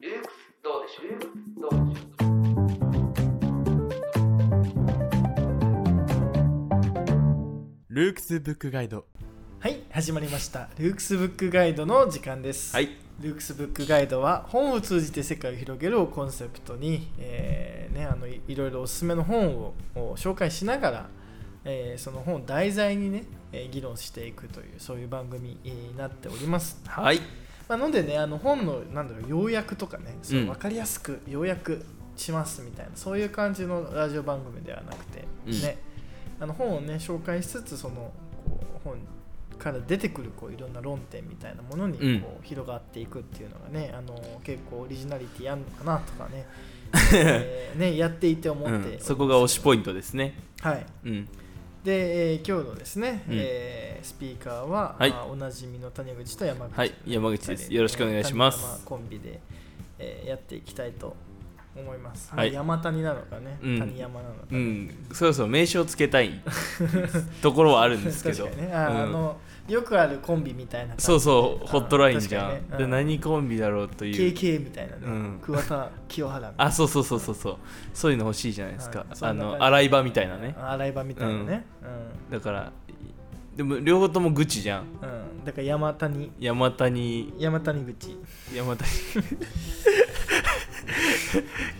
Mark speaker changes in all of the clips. Speaker 1: ルークスどうでしょうルークスどうでしょう
Speaker 2: ルークスブックガイド
Speaker 3: はい始まりましたルークスブックガイドの時間です、
Speaker 2: はい
Speaker 3: ルークスブックガイドは本を通じて世界を広げるをコンセプトに、えーね、あのいいろいろおすすめの本をを紹介しながら、えーその本を題材にね、えー議論していくというそういう番組になっております、
Speaker 2: はい
Speaker 3: まあ、なのでねあの本のなんだろう要約とかねそう
Speaker 2: うん
Speaker 3: 分かりやすく要約しますみたいな、そういう感じのラジオ番組ではなくて、
Speaker 2: うん
Speaker 3: ねあの本をね紹介しつつそのこう本から出てくるこういろんな論点みたいなものにこう、
Speaker 2: うん
Speaker 3: 広がっていくっていうのがねあの結構オリジナリティやんのかなとか ね, 、えーねやっていて思っております、
Speaker 2: うん、そこが推しポイントですね
Speaker 3: はい
Speaker 2: うん
Speaker 3: で、えー今日のですね、
Speaker 2: うん
Speaker 3: えースピーカーは、
Speaker 2: はい
Speaker 3: まあおなじみの谷口と山口、
Speaker 2: はい山口ですよろしくお願いします
Speaker 3: 谷山コンビで、えーやっていきたいと思います、
Speaker 2: はい
Speaker 3: 山谷なのかね、
Speaker 2: うん
Speaker 3: 谷山なのか、
Speaker 2: うんそろそろ名称つけたいところはあるんですけど、
Speaker 3: 確かにねあ,、
Speaker 2: うん
Speaker 3: のよくあるコンビみたいな感じで
Speaker 2: そうそう
Speaker 3: あの
Speaker 2: ホットラインじゃん、
Speaker 3: 確かにね
Speaker 2: で
Speaker 3: うん
Speaker 2: 何コンビだろうという
Speaker 3: KK みたいなね、
Speaker 2: うん
Speaker 3: 桑田清原みたい
Speaker 2: あそうそうそうそうそうそういうの欲しいじゃないですか、
Speaker 3: はいそ
Speaker 2: あ
Speaker 3: んな感じ
Speaker 2: の洗い場みたいなね
Speaker 3: な洗い場みたいなね、
Speaker 2: だからでも両方とも愚痴じゃん
Speaker 3: うんうんだから山谷
Speaker 2: 山谷
Speaker 3: 山谷口
Speaker 2: 山 谷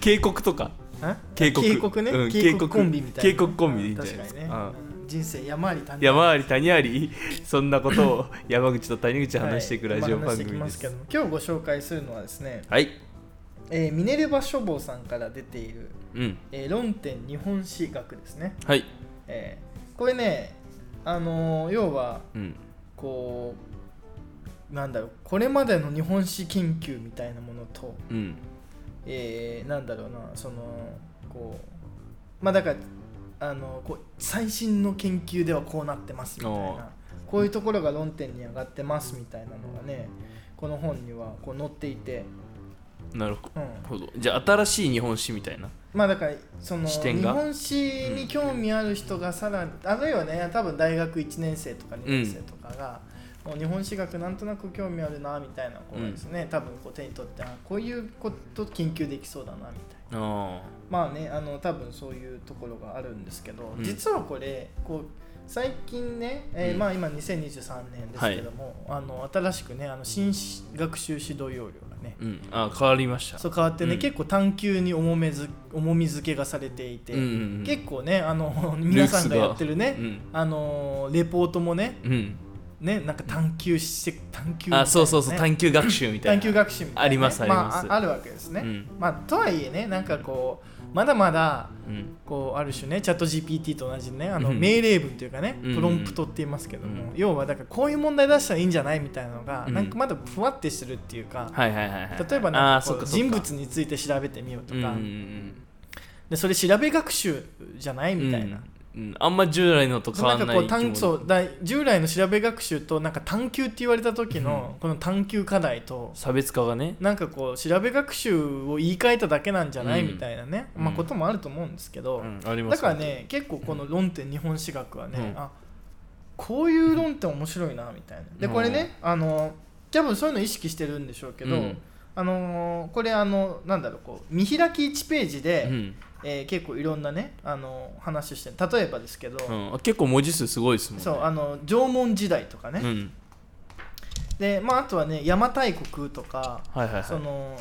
Speaker 2: 警告とか
Speaker 3: あ
Speaker 2: 警告
Speaker 3: 警告ね、
Speaker 2: うん
Speaker 3: 警告コンビみたいな
Speaker 2: 警告コンビでいいんじゃないですか
Speaker 3: 確にね人生山あり谷あり
Speaker 2: 山あり谷ありそんなことを山口と谷口で話していくラジオ番組
Speaker 3: はいま
Speaker 2: で
Speaker 3: あ話していきます
Speaker 2: す
Speaker 3: けども今日ご紹介するのはですね、
Speaker 2: はい
Speaker 3: えーミネルヴァ書房さんから出ている、
Speaker 2: うん
Speaker 3: えー論点日本史学ですね、
Speaker 2: はい
Speaker 3: えーこれねあのー要は
Speaker 2: うん
Speaker 3: こうなんだろうこれまでの日本史研究みたいなものと、
Speaker 2: うん
Speaker 3: えーなんだろうなそのこうまあだからあのこう最新の研究ではこうなってますみたい
Speaker 2: おー
Speaker 3: なこういうところが論点に上がってますみたいなのがねこの本にはこう載っていて、
Speaker 2: なる
Speaker 3: うん、
Speaker 2: ほどじゃあ新しい日本史みたいな
Speaker 3: まあだからその
Speaker 2: 視
Speaker 3: 日
Speaker 2: 点が
Speaker 3: 本史に興味ある人がさらに、あるいはね多分大学1年生とか2年生とかが、もう日本史学なんとなく興味あるなみたいな子がですね、多分こう手に取ってあこういうこと研究できそうだなみたいな。
Speaker 2: あ
Speaker 3: まあねあの多分そういうところがあるんですけど、
Speaker 2: うん
Speaker 3: 実はこれこう最近ね、えー
Speaker 2: うん
Speaker 3: まあ、今2023年ですけども、あの新しくねあの新し学習指導要領がね、
Speaker 2: うんあ変わりました
Speaker 3: そう変わってね、
Speaker 2: うん
Speaker 3: 結構探究に重めず重み付けがされていて、
Speaker 2: うんうんうん
Speaker 3: 結構ねあの皆さんがやってるね、
Speaker 2: うん
Speaker 3: あのレポートもね
Speaker 2: うん
Speaker 3: ねなんか探究して探究みたいなね、
Speaker 2: あそうそうそう探究学習みたい
Speaker 3: 探
Speaker 2: な
Speaker 3: 究学習みたいなね、
Speaker 2: ありますあります
Speaker 3: あ、あるわけですね、
Speaker 2: うん
Speaker 3: まあとはいえねなんかこうまだまだ
Speaker 2: うん
Speaker 3: こうある種ねチャット GPT と同じねあの
Speaker 2: うん
Speaker 3: 命令文というかね、
Speaker 2: うん
Speaker 3: プロンプトって言いますけども、
Speaker 2: うん
Speaker 3: 要はだからこういう問題出したらいいんじゃないみたいなのが、
Speaker 2: うん
Speaker 3: なんかまだふわってしてるっていうか、
Speaker 2: はいはいはいはい
Speaker 3: 例えば
Speaker 2: あ
Speaker 3: な
Speaker 2: ー
Speaker 3: んか
Speaker 2: そっ
Speaker 3: こう
Speaker 2: かそっか
Speaker 3: 人物について調べてみようと
Speaker 2: うんうん
Speaker 3: か、
Speaker 2: うん
Speaker 3: でそれ調べ学習じゃないみたいな。
Speaker 2: うんうんあんま従来のと変
Speaker 3: そうな
Speaker 2: わ
Speaker 3: んか
Speaker 2: んな
Speaker 3: こ
Speaker 2: いう
Speaker 3: 探
Speaker 2: 生
Speaker 3: そうだい従来の調べ学習となんか探究って言われた時のこの探究課題と
Speaker 2: 差別化がね
Speaker 3: なんかこう調べ学習を言い換えただけなんじゃない
Speaker 2: うん
Speaker 3: みたいなね、
Speaker 2: うん
Speaker 3: まあ、こともあると思うんですけど、
Speaker 2: うんありま
Speaker 3: だ
Speaker 2: す
Speaker 3: からね結構この論点日本史学はね、
Speaker 2: うん
Speaker 3: あこういう論点面白いなみたいなで
Speaker 2: うん
Speaker 3: これね、あの多分そういうの意識してるんでしょうけど、
Speaker 2: うん
Speaker 3: あのーこれあのなんだろうこう見開き1ページで、
Speaker 2: うん
Speaker 3: えー結構いろんなね、あの話して例えばですけど、
Speaker 2: うんあ結構文字数すごいですもんね
Speaker 3: そうあの縄文時代とかね、
Speaker 2: うん
Speaker 3: でまああとはね邪馬台国とか、
Speaker 2: はいはいはい
Speaker 3: その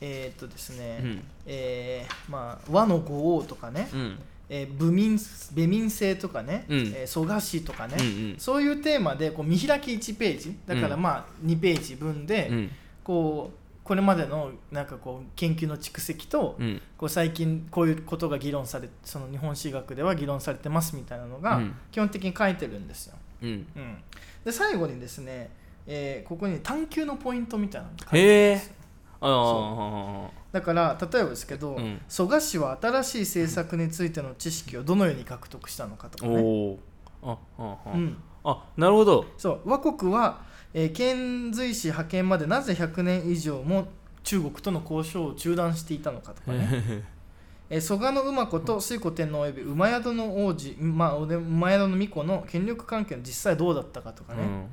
Speaker 3: えーっとですね、
Speaker 2: うん
Speaker 3: えーまあ、和の五王とかね、
Speaker 2: うん
Speaker 3: えー部民部民制とかね、
Speaker 2: うん
Speaker 3: えー蘇我氏とかね、
Speaker 2: うんうん
Speaker 3: そういうテーマでこう見開き1ページだから
Speaker 2: うん
Speaker 3: まあ2ページ分で、
Speaker 2: うん
Speaker 3: こうこれまでのなんかこう研究の蓄積と、
Speaker 2: うん
Speaker 3: こう最近こういうことが議論されその日本史学では議論されてますみたいなのが
Speaker 2: うん
Speaker 3: 基本的に書いてるんですよ。
Speaker 2: うん
Speaker 3: うん、で最後にですね、えーここに探究のポイントみたいなのが書いてあるん
Speaker 2: へ
Speaker 3: で
Speaker 2: え
Speaker 3: すよ
Speaker 2: ああ
Speaker 3: だから例えばですけど、
Speaker 2: うん
Speaker 3: 蘇我氏は新しい政策についての知識をどのように獲得したのかとか
Speaker 2: お
Speaker 3: ね。
Speaker 2: おーあああ
Speaker 3: うん、
Speaker 2: あなるほど
Speaker 3: そう倭国は、えー遣隋使派遣までなぜ100年以上も中国との交渉を中断していたのかと かね、えー蘇我の馬子と推古天皇及び馬宿の王子、まあ、おで馬宿の巫女の権力関係は実際どうだったかとか
Speaker 2: う
Speaker 3: ね、
Speaker 2: ん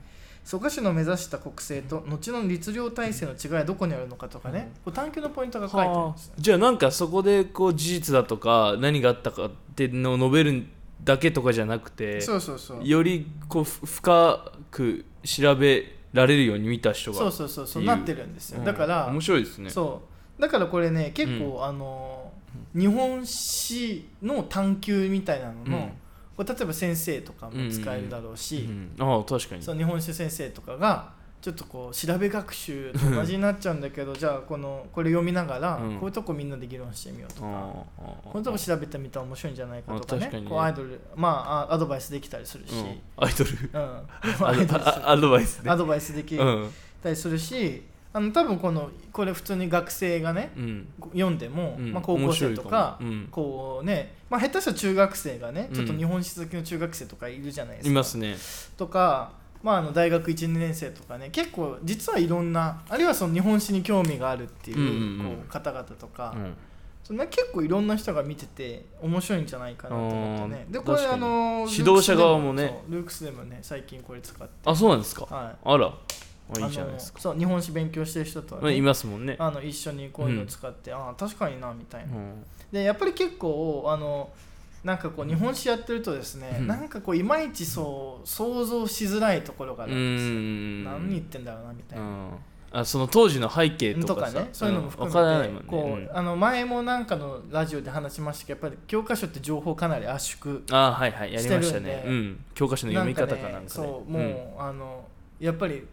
Speaker 3: 蘇我氏の目指した国政と後の律令体制の違いはどこにあるのかとかね、こう探求のポイントが書いてあるんですよ
Speaker 2: じゃあなんかそこでこう事実だとか何があったかってのを述べるだけとかじゃなくて
Speaker 3: そうそうそう
Speaker 2: よりこうふ深く調べられるように見た人が
Speaker 3: そうそうそうそ
Speaker 2: っ
Speaker 3: う
Speaker 2: ていう
Speaker 3: なってるんですよ、
Speaker 2: うん
Speaker 3: だから、
Speaker 2: 面白いですね
Speaker 3: そうだからこれね結構、あの日本史の探求みたいなのの、
Speaker 2: うん
Speaker 3: こう例えば先生とかも使えるだろうし、
Speaker 2: うんああ確かに
Speaker 3: その日本史先生とかがちょっとこう調べ学習と同じになっちゃうんだけどじゃあこのこれ読みながら、
Speaker 2: うん
Speaker 3: こういうとこみんなで議論してみようと
Speaker 2: あ
Speaker 3: か。
Speaker 2: あああ
Speaker 3: こういうとこ調べてみたら面白いんじゃないかとか
Speaker 2: あ
Speaker 3: ね
Speaker 2: 確かにね
Speaker 3: こうアイドルまああアドバイスできたりするし、
Speaker 2: う
Speaker 3: うん
Speaker 2: ん アイド ル
Speaker 3: ア
Speaker 2: あ
Speaker 3: イドル
Speaker 2: あアドバイスね
Speaker 3: アドバイスでき
Speaker 2: うん
Speaker 3: たりするし、あの多分このこれ普通に学生がね
Speaker 2: うん
Speaker 3: 読んでも、
Speaker 2: うん
Speaker 3: まあ、高校生とか
Speaker 2: 面白いもうん
Speaker 3: こうね、まあ、下手したら中学生がね
Speaker 2: うん
Speaker 3: ちょっと日本史好きの中学生とかいるじゃないですか。
Speaker 2: いますね
Speaker 3: とか、まあ、あの大学12年生とかね結構実はいろんなあるいはその日本史に興味があるっていう,、
Speaker 2: うんうんうん
Speaker 3: こう方々とか、
Speaker 2: うん
Speaker 3: そんな結構いろんな人が見てて面白いんじゃないかなと思ってね
Speaker 2: あー
Speaker 3: でこれ
Speaker 2: 確か
Speaker 3: あ
Speaker 2: に
Speaker 3: の
Speaker 2: 指導者側もね
Speaker 3: ルークスでもそうルークスでもね最近これ使って、
Speaker 2: あそうなんですか
Speaker 3: は
Speaker 2: あら
Speaker 3: い、
Speaker 2: あいいじゃないですか
Speaker 3: あのそう日本史勉強してる人とは、
Speaker 2: まあ
Speaker 3: ね
Speaker 2: いますもんね
Speaker 3: あの一緒にこういうの使って、ああ確かになみたいな。
Speaker 2: うん
Speaker 3: でやっぱり結構あのなんかこう日本史やってるとですね、
Speaker 2: うん
Speaker 3: なんかこういまいちそう想像しづらいところがあ
Speaker 2: う
Speaker 3: るんですよ、
Speaker 2: ん
Speaker 3: 何言ってんだろうなみたいな、
Speaker 2: うん、あその当時の背景
Speaker 3: と
Speaker 2: とか
Speaker 3: か
Speaker 2: さ
Speaker 3: ねそういうのも含
Speaker 2: んわからな
Speaker 3: め
Speaker 2: い
Speaker 3: て、
Speaker 2: もんね
Speaker 3: こう、
Speaker 2: うん
Speaker 3: あの前もなんかのラジオで話しましたけどやっぱり教科書って情報かなり圧縮
Speaker 2: あはいはいやりました
Speaker 3: してる
Speaker 2: ね
Speaker 3: ん、で
Speaker 2: うん、教科書の読み方かなんか,、ね
Speaker 3: ねそうもう、あのやっぱり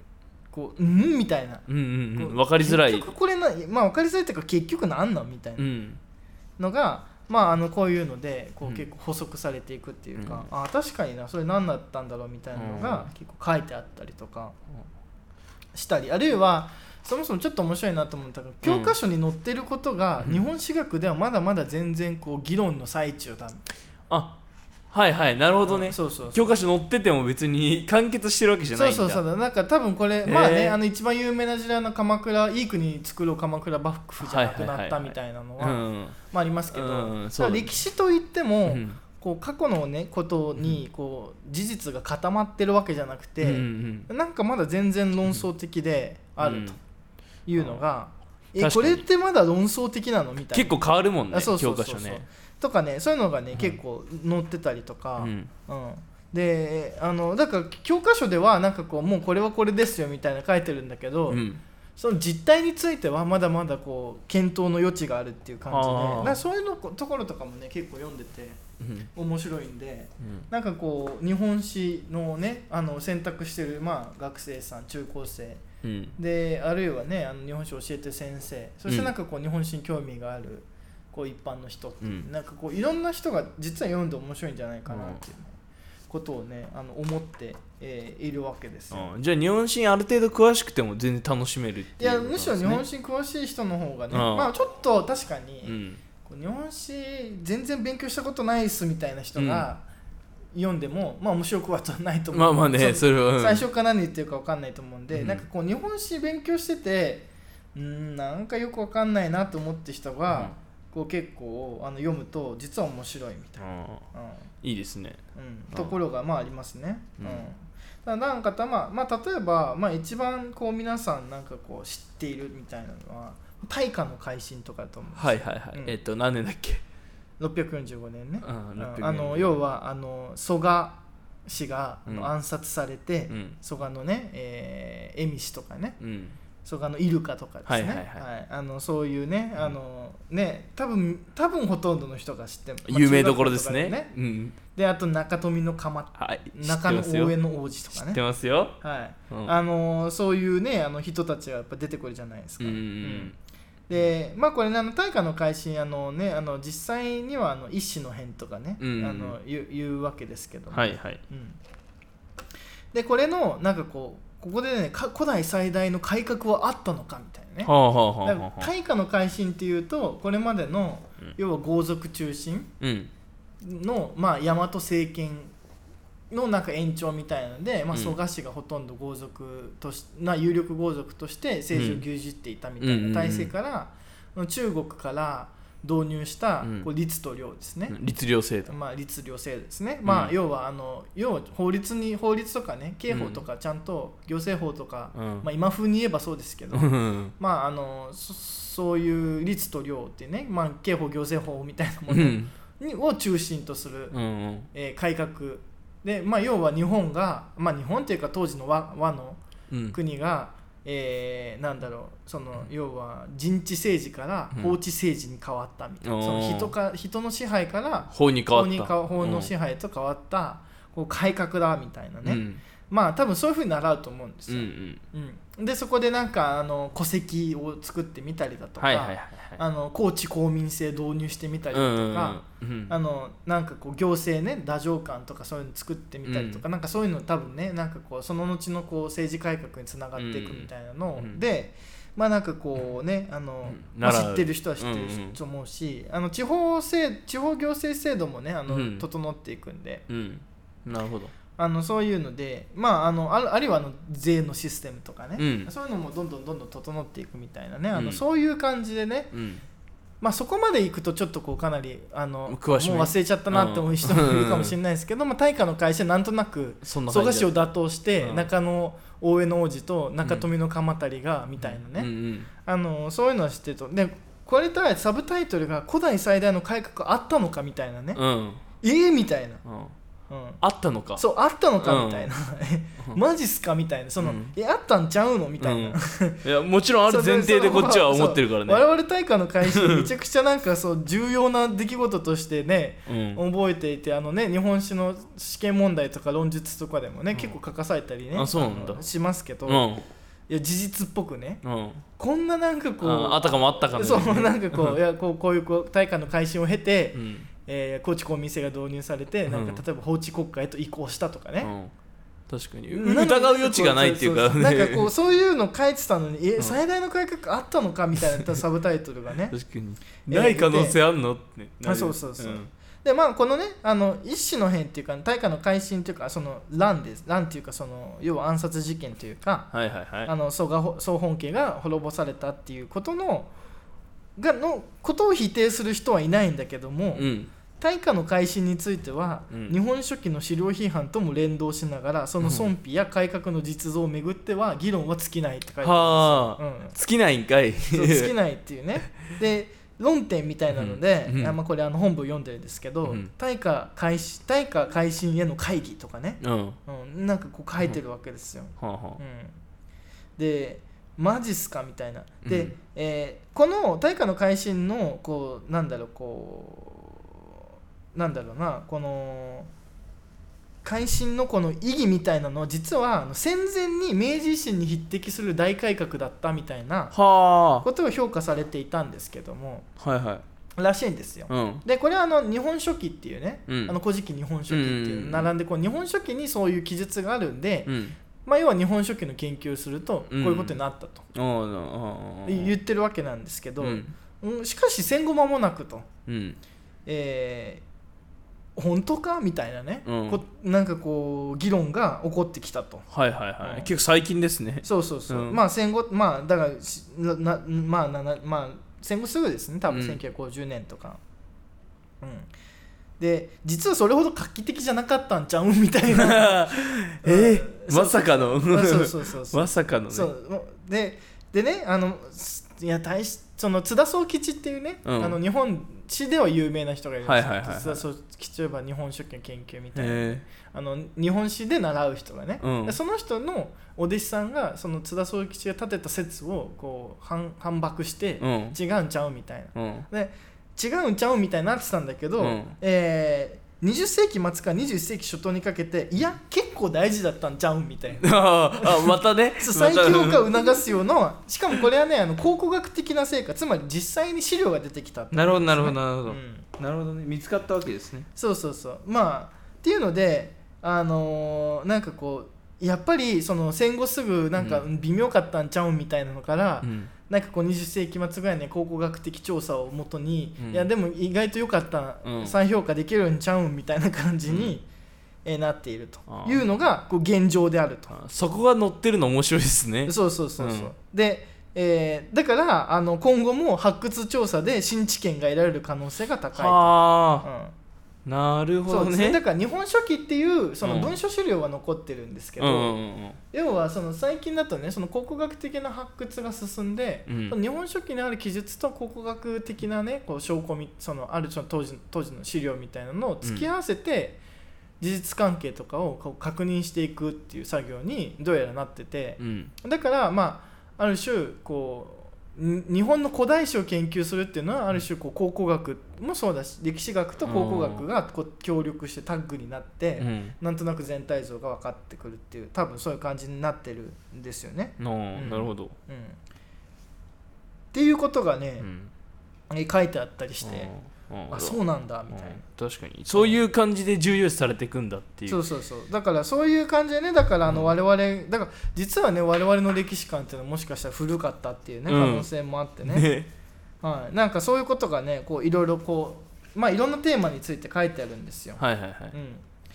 Speaker 3: こううんみたいな、
Speaker 2: うん、うんうん
Speaker 3: こ
Speaker 2: う
Speaker 3: うん
Speaker 2: 分かりづらい
Speaker 3: 結局これなまあ分かりづらいっていうか結局なんなんみたいな
Speaker 2: うん
Speaker 3: のが、まあ、あのこういうのでこ
Speaker 2: う
Speaker 3: うん結構補足されていくっていうか、あ確かになそれ何だったんだろうみたいなのが
Speaker 2: うん
Speaker 3: 結構書いてあったりとかしたりあるいはそもそもちょっと面白いなと思ったのが教科書に載ってることが
Speaker 2: うん
Speaker 3: 日本史学ではまだまだ全然こう議論の最中だなる
Speaker 2: あはいはいなるほどね、
Speaker 3: そうそうそう
Speaker 2: 教科書載ってても別に完結してるわけじゃない
Speaker 3: そうん
Speaker 2: だ
Speaker 3: そうそう
Speaker 2: う
Speaker 3: だなんか多分これまあ
Speaker 2: へ
Speaker 3: ね
Speaker 2: ー
Speaker 3: あの一番有名な時代の鎌倉いい国作ろう鎌倉幕府じゃなく
Speaker 2: は
Speaker 3: ない
Speaker 2: はいはいは
Speaker 3: った
Speaker 2: い
Speaker 3: みたいなの
Speaker 2: ん
Speaker 3: はまあありますけど
Speaker 2: うん
Speaker 3: た
Speaker 2: そう
Speaker 3: だ
Speaker 2: だね
Speaker 3: 歴史といって
Speaker 2: う
Speaker 3: も、
Speaker 2: ん
Speaker 3: こう過去のねことにこう事実が固まってるわけじゃなく
Speaker 2: うんう
Speaker 3: て、
Speaker 2: ん
Speaker 3: なんかまだ全然論争的であるというのが、
Speaker 2: うん
Speaker 3: え
Speaker 2: 確
Speaker 3: こ
Speaker 2: かに
Speaker 3: れってまだ論争的なのみたいな
Speaker 2: 結構変わるもんね
Speaker 3: あそうそ
Speaker 2: 教
Speaker 3: うそ
Speaker 2: 科
Speaker 3: うそ
Speaker 2: 書
Speaker 3: う
Speaker 2: ね、
Speaker 3: とかねそういうのがね、結構載ってたりと
Speaker 2: う
Speaker 3: か、
Speaker 2: ん、
Speaker 3: うんであのだから教科書ではなんかこうもうこれはこれですよみたいな書いてるんだけど、
Speaker 2: うん
Speaker 3: その実態についてはまだまだこう検討の余地があるっていう感じで
Speaker 2: あー
Speaker 3: だからそういうのこところとかもね結構読んでて
Speaker 2: うん
Speaker 3: 面白いんで。
Speaker 2: うん
Speaker 3: なんかこう日本史のねあの選択してる、まあ、学生さん中高生
Speaker 2: うん
Speaker 3: であるいはねあの日本史を教えてる先生そ
Speaker 2: う
Speaker 3: して
Speaker 2: ん
Speaker 3: なんかこう日本史に興味があるこう一般の人って、
Speaker 2: うん
Speaker 3: なんかこういろんな人が実は読んで面白いんじゃないかなっていうねことをねあの思って、えーいるわけですよ。
Speaker 2: あじゃあ日本史ある程度詳しくても全然楽しめるって
Speaker 3: い
Speaker 2: いう
Speaker 3: や
Speaker 2: ことなん
Speaker 3: む
Speaker 2: で
Speaker 3: し
Speaker 2: すね
Speaker 3: ろ日本史に詳しい人の方がね
Speaker 2: ああ
Speaker 3: まあちょっと確かに、
Speaker 2: うん
Speaker 3: こう日本史全然勉強したことないっすみたいな人が読んでも、まあ面白くはないと思う
Speaker 2: まあまあね
Speaker 3: の
Speaker 2: それは、うん
Speaker 3: 最初から何言ってるか分かんないと思うんで、
Speaker 2: うん
Speaker 3: なんかこう日本史勉強しててうーんなんかよく分かんないなと思って人が、こう結構あの読むと実は面白いみた
Speaker 2: う
Speaker 3: い
Speaker 2: んああ
Speaker 3: な、
Speaker 2: いいですね
Speaker 3: うんうん
Speaker 2: あ
Speaker 3: ところがまあありますね。
Speaker 2: うん
Speaker 3: うん、だなんかたま、まあ、例えば、まあ、一番こう皆さんなんかこう知っているみたいなのは大化の改新とかだと思うんですよ
Speaker 2: はいはいはい、
Speaker 3: うん
Speaker 2: えっと何年だっけ
Speaker 3: 645年ね、
Speaker 2: うん
Speaker 3: うん
Speaker 2: 645
Speaker 3: あの要はあの蘇我氏があ
Speaker 2: うん
Speaker 3: の暗殺されて、
Speaker 2: うん
Speaker 3: 蘇我のね、えー、恵美氏とかね
Speaker 2: うん
Speaker 3: 蘇我のイルカとかですね、
Speaker 2: はいはいはい
Speaker 3: あのそういうねあのね多分多分ほとんどの人が知ってまあ
Speaker 2: 有名どころです
Speaker 3: 中
Speaker 2: ね
Speaker 3: 学とか
Speaker 2: うん
Speaker 3: であと中富の鎌
Speaker 2: はい知って
Speaker 3: 中
Speaker 2: ま
Speaker 3: 野
Speaker 2: すよ
Speaker 3: 大江の王子と
Speaker 2: 知
Speaker 3: か
Speaker 2: って
Speaker 3: ね
Speaker 2: ますよ
Speaker 3: はい、
Speaker 2: うん
Speaker 3: あのそういうねあの人たちがやっぱ出てくるじゃないです
Speaker 2: う
Speaker 3: か、
Speaker 2: んう
Speaker 3: うん
Speaker 2: ん
Speaker 3: でまあこれねあの大化の改新あのねあの実際にはあの一種の変とかね、
Speaker 2: うん
Speaker 3: あの言う言うわけですけど
Speaker 2: うん
Speaker 3: も、
Speaker 2: はいはい
Speaker 3: うん、でこれのなんかこうここでねか古代最大の改革はあったのかみたいなね
Speaker 2: はあはあはあ
Speaker 3: だか
Speaker 2: は
Speaker 3: ら
Speaker 2: あはあ
Speaker 3: 大化の改新っていうとこれまでの、
Speaker 2: うん
Speaker 3: 要は豪族中心
Speaker 2: うん
Speaker 3: の、まあ、大和政権のなんか延長みたいなので、まあ、
Speaker 2: うん
Speaker 3: 蘇我氏がほとんど豪族とし、な有力豪族として政治を牛耳っていたみたい
Speaker 2: うん
Speaker 3: な体制から、中国から導入した
Speaker 2: うん
Speaker 3: こう律と量ですね、
Speaker 2: 律令制度
Speaker 3: まあ、律令制ですね、
Speaker 2: ん
Speaker 3: まあ、要はあの要は法律に法律とかね刑法とかちゃんと行政法とか、
Speaker 2: うん
Speaker 3: まあ、今風に言えばそうですけど、
Speaker 2: うん
Speaker 3: まあ、あのそそういう律と量ってね、まあ、刑法行政法みたいなも
Speaker 2: う
Speaker 3: の
Speaker 2: ん
Speaker 3: にを中心とする、
Speaker 2: うん
Speaker 3: えー改革で、まあ、要は日本が、まあ、日本というか当時の和和の
Speaker 2: うん
Speaker 3: 国が、えーなんだろうその要は人治政治から法治政治に変わったみたいな、
Speaker 2: うん
Speaker 3: その人か人の支配から
Speaker 2: 法に変わ
Speaker 3: 法
Speaker 2: っ
Speaker 3: に
Speaker 2: た
Speaker 3: か法の支配と変わった、こう改革だみたいなね、
Speaker 2: うん
Speaker 3: まあ多分そういうふうに習うと思うんです
Speaker 2: うんう
Speaker 3: よ、
Speaker 2: ん
Speaker 3: うんでそこでなんかあの戸籍を作ってみたりだとか、
Speaker 2: はいはいはいはい
Speaker 3: あの高知公民制導入してみたり
Speaker 2: う
Speaker 3: だと
Speaker 2: ん
Speaker 3: か、
Speaker 2: うんうん
Speaker 3: あのなんかこう行政ね太政官とかそういうの作ってみたりとか、なんかそういうの多分ねなんかこうその後のこう政治改革につながっていくみたいなの、
Speaker 2: うん
Speaker 3: でまあなんかこうねあの、
Speaker 2: うん
Speaker 3: まあ
Speaker 2: 習う
Speaker 3: 知ってる人は知ってる
Speaker 2: うんうん
Speaker 3: と思うし、あの地方制地方行政制度もねあの、
Speaker 2: うん
Speaker 3: 整っていくんで
Speaker 2: うんなるほど
Speaker 3: あのそういうのでまああのあるあるいはあの税のシステムとかね、
Speaker 2: うん
Speaker 3: そういうのもどんどんどんどん整っていくみたいなねあの、
Speaker 2: うん
Speaker 3: そういう感じでね
Speaker 2: うん
Speaker 3: まあ、そこまで行くとちょっとこうかなりあの
Speaker 2: 詳しめ
Speaker 3: もう忘れちゃったなって思う人もいるかもしれないですけど、まあ、大化の会社なんとなく
Speaker 2: そんな
Speaker 3: 蘇
Speaker 2: 感
Speaker 3: 我
Speaker 2: じ
Speaker 3: 氏
Speaker 2: だ
Speaker 3: を打倒して、
Speaker 2: うん
Speaker 3: 中野大江の王子と中富の鎌足りがみたいな
Speaker 2: うん
Speaker 3: ね、
Speaker 2: うん
Speaker 3: あのそういうのは知ってるとでこれとはサブタイトルが「古代最大の改革あったのか?」みたいなね
Speaker 2: うんうん
Speaker 3: 「ええみたいな、
Speaker 2: うん
Speaker 3: うん
Speaker 2: あったのか
Speaker 3: そうあったの
Speaker 2: う
Speaker 3: か
Speaker 2: ん
Speaker 3: みたいな「
Speaker 2: うん
Speaker 3: マジっすか?」みたいな「その
Speaker 2: うん
Speaker 3: えあったんちゃうの?」みたい な。
Speaker 2: いやもちろんある前提でこっちは思ってるから
Speaker 3: そう
Speaker 2: ね
Speaker 3: 我々大化の改 新めちゃくちゃなんかそう重要な出来事としてね
Speaker 2: うん
Speaker 3: 覚えていてあのね日本史の試験問題とか論述とかでもね、
Speaker 2: うん
Speaker 3: 結構書かされたりね
Speaker 2: あそうなんだ
Speaker 3: のしますけど、
Speaker 2: う
Speaker 3: い
Speaker 2: ん
Speaker 3: や事実っぽくね
Speaker 2: うん
Speaker 3: こんななんかこう
Speaker 2: ああたかもあったかの
Speaker 3: そ
Speaker 2: よ
Speaker 3: う
Speaker 2: に
Speaker 3: なんかこういやこうこういうこう大化の改新を経て、
Speaker 2: うん
Speaker 3: えー高知公民制が導入されて、なんか
Speaker 2: うん
Speaker 3: 例えば法治国家へと移行したとかね、
Speaker 2: うん確かに
Speaker 3: なんか
Speaker 2: 疑う余地がないっていうか
Speaker 3: そそなんかこう
Speaker 2: う
Speaker 3: そういうの書いてたのに「え
Speaker 2: ん
Speaker 3: 最大の改革あったのか?」みたいなサブタイトルが ね
Speaker 2: 確かに
Speaker 3: え
Speaker 2: ない可能性あんのってなる
Speaker 3: あそうそうそうんでまあこのねあの一種の変っていうか大化の改新というかその乱です乱っていうかその要は暗殺事件というか
Speaker 2: はいはいは
Speaker 3: あの総が総本家が滅ぼされたっていうことのがのことを否定する人はいないんだけども、
Speaker 2: いうん
Speaker 3: 大化の改新については、
Speaker 2: うん
Speaker 3: 日本書紀の資料批判とも連動しながらその損否や改革の実像をめぐっては議論は尽きないって書い
Speaker 2: は
Speaker 3: てあ
Speaker 2: あ
Speaker 3: る、うん、
Speaker 2: 尽きないんかい
Speaker 3: そう尽きないっていうねで論点みたいなので、
Speaker 2: うんうん
Speaker 3: あまあ、これあの本文読んでるんですけど
Speaker 2: うん
Speaker 3: 大化改新大化改新への会議とかね、
Speaker 2: うんは
Speaker 3: うん、なんかこう書いてるわけですよ、
Speaker 2: あは
Speaker 3: う
Speaker 2: あ
Speaker 3: んでマジっすかみたいなで、
Speaker 2: うん
Speaker 3: えーこの大化の改新のこうなんだろうこうなんだろうなこの改新のこの意義みたいなのは実はあの戦前に明治維新に匹敵する大改革だったみたいな
Speaker 2: は
Speaker 3: ことを評価されていたんですけども
Speaker 2: あはいはい
Speaker 3: らしいんですよ、
Speaker 2: うん
Speaker 3: でこれはあの「日本書紀」っていうね「
Speaker 2: うん
Speaker 3: あの古事記日本書紀」っていう
Speaker 2: うん
Speaker 3: 並んでこう日本書紀にそういう記述があるんで、
Speaker 2: うん
Speaker 3: まあ、要は日本書紀の研究をするとこういうことになったと
Speaker 2: ああああ
Speaker 3: 言ってるわけなんですけど、
Speaker 2: うん
Speaker 3: うんしかし戦後間もなくと、
Speaker 2: うん
Speaker 3: えー本当かみたいなね、
Speaker 2: うん
Speaker 3: こなんかこう議論が起こってきたと。
Speaker 2: はいはいは
Speaker 3: うん
Speaker 2: い結構最近ですね
Speaker 3: そうそうそう、
Speaker 2: うん
Speaker 3: まあ戦後まあだからしななまあななまあ戦後すぐですね多分
Speaker 2: うん
Speaker 3: 1950年とかうん、で実はそれほど画期的じゃなかったんちゃうんみたい な
Speaker 2: え
Speaker 3: うん
Speaker 2: まさかの
Speaker 3: そうそうそうそうそう
Speaker 2: まさかのね
Speaker 3: そうででねあのすいや大しその津田宗吉っていうね、
Speaker 2: うん
Speaker 3: あの日本史では有名な人がいるんですよ、
Speaker 2: はいはいはいはい
Speaker 3: 津田宗吉といえば日本書紀の研究みたいな
Speaker 2: へ
Speaker 3: あの日本史で習う人がね、
Speaker 2: うん
Speaker 3: でその人のお弟子さんがその津田宗吉が立てた説をこう反反駁して、
Speaker 2: えうん
Speaker 3: 違うんちゃうみたいな
Speaker 2: うん
Speaker 3: 違うんちゃうみたいになってたんだけど、
Speaker 2: うん
Speaker 3: えー20世紀末から21世紀初頭にかけていや結構大事だったんちゃうんみたい な
Speaker 2: ああまたね
Speaker 3: 再強化
Speaker 2: ま
Speaker 3: を促すようなしかもこれはねあの考古学的な成果つまり実際に資料が出てきたって
Speaker 2: たなるほどなるほどなるほ
Speaker 3: う
Speaker 2: ど
Speaker 3: ん
Speaker 2: なるほどね見つかったわけですね
Speaker 3: そうそうそうまあっていうのであのーなんかこうやっぱりその戦後すぐなんか
Speaker 2: う
Speaker 3: 微妙かったんちゃうんみたいなのから、
Speaker 2: うん
Speaker 3: なんかこう20世紀末ぐらいね考古学的調査をもとに、
Speaker 2: うん
Speaker 3: いやでも意外と良かった、
Speaker 2: うん
Speaker 3: 再評価できるんちゃうんみたいな感じに、えーなっていると
Speaker 2: あー
Speaker 3: いうのがこう現状であると
Speaker 2: あそこが乗ってるの面白いですね
Speaker 3: そうそうそうそう、
Speaker 2: うん
Speaker 3: でえーだからあの今後も発掘調査で新知見が得られる可能性が高いと。
Speaker 2: はあ、
Speaker 3: うん
Speaker 2: なるほ
Speaker 3: そう
Speaker 2: ど
Speaker 3: ですねだ
Speaker 2: ね。
Speaker 3: から「日本書紀」っていうその
Speaker 2: うん
Speaker 3: 文書資料は残ってるんですけ
Speaker 2: う
Speaker 3: ど、
Speaker 2: んうんうん
Speaker 3: 要はその最近だとねその考古学的な発掘が進んで、
Speaker 2: うん
Speaker 3: その日本書紀にある記述と考古学的なねこう証拠みそのあるその当時当時の資料みたいなのを突き合わせて、事実関係とかをこう確認していくっていう作業にどうやらなってて
Speaker 2: う、ん
Speaker 3: だからまあある種こうに日本の古代史を研究するっていうのはある種こう考古学もそうだし歴史学と考古学がこう協力してタッグになって、
Speaker 2: うん
Speaker 3: なんとなく全体像が分かってくるっていう多分そういう感じになってるんですよね。
Speaker 2: の
Speaker 3: ん
Speaker 2: なるほど。
Speaker 3: うん、っていうことがね
Speaker 2: う、ん
Speaker 3: え書いてあったりして、
Speaker 2: うん
Speaker 3: あそうなんだみたいな。
Speaker 2: うん確かにそういう感じで重要視されていくんだっていう
Speaker 3: そうそうそうだからそういう感じでねだからあの我々、だから実はね我々の歴史観っていうのはもしかしたら古かったっていうね可
Speaker 2: うん
Speaker 3: 能性もあっ てね、
Speaker 2: ね
Speaker 3: はい、なんかそういうことがねこういろいろこうまあいろんなテーマについて書いてあるんですよ。
Speaker 2: はいはいはい
Speaker 3: うん、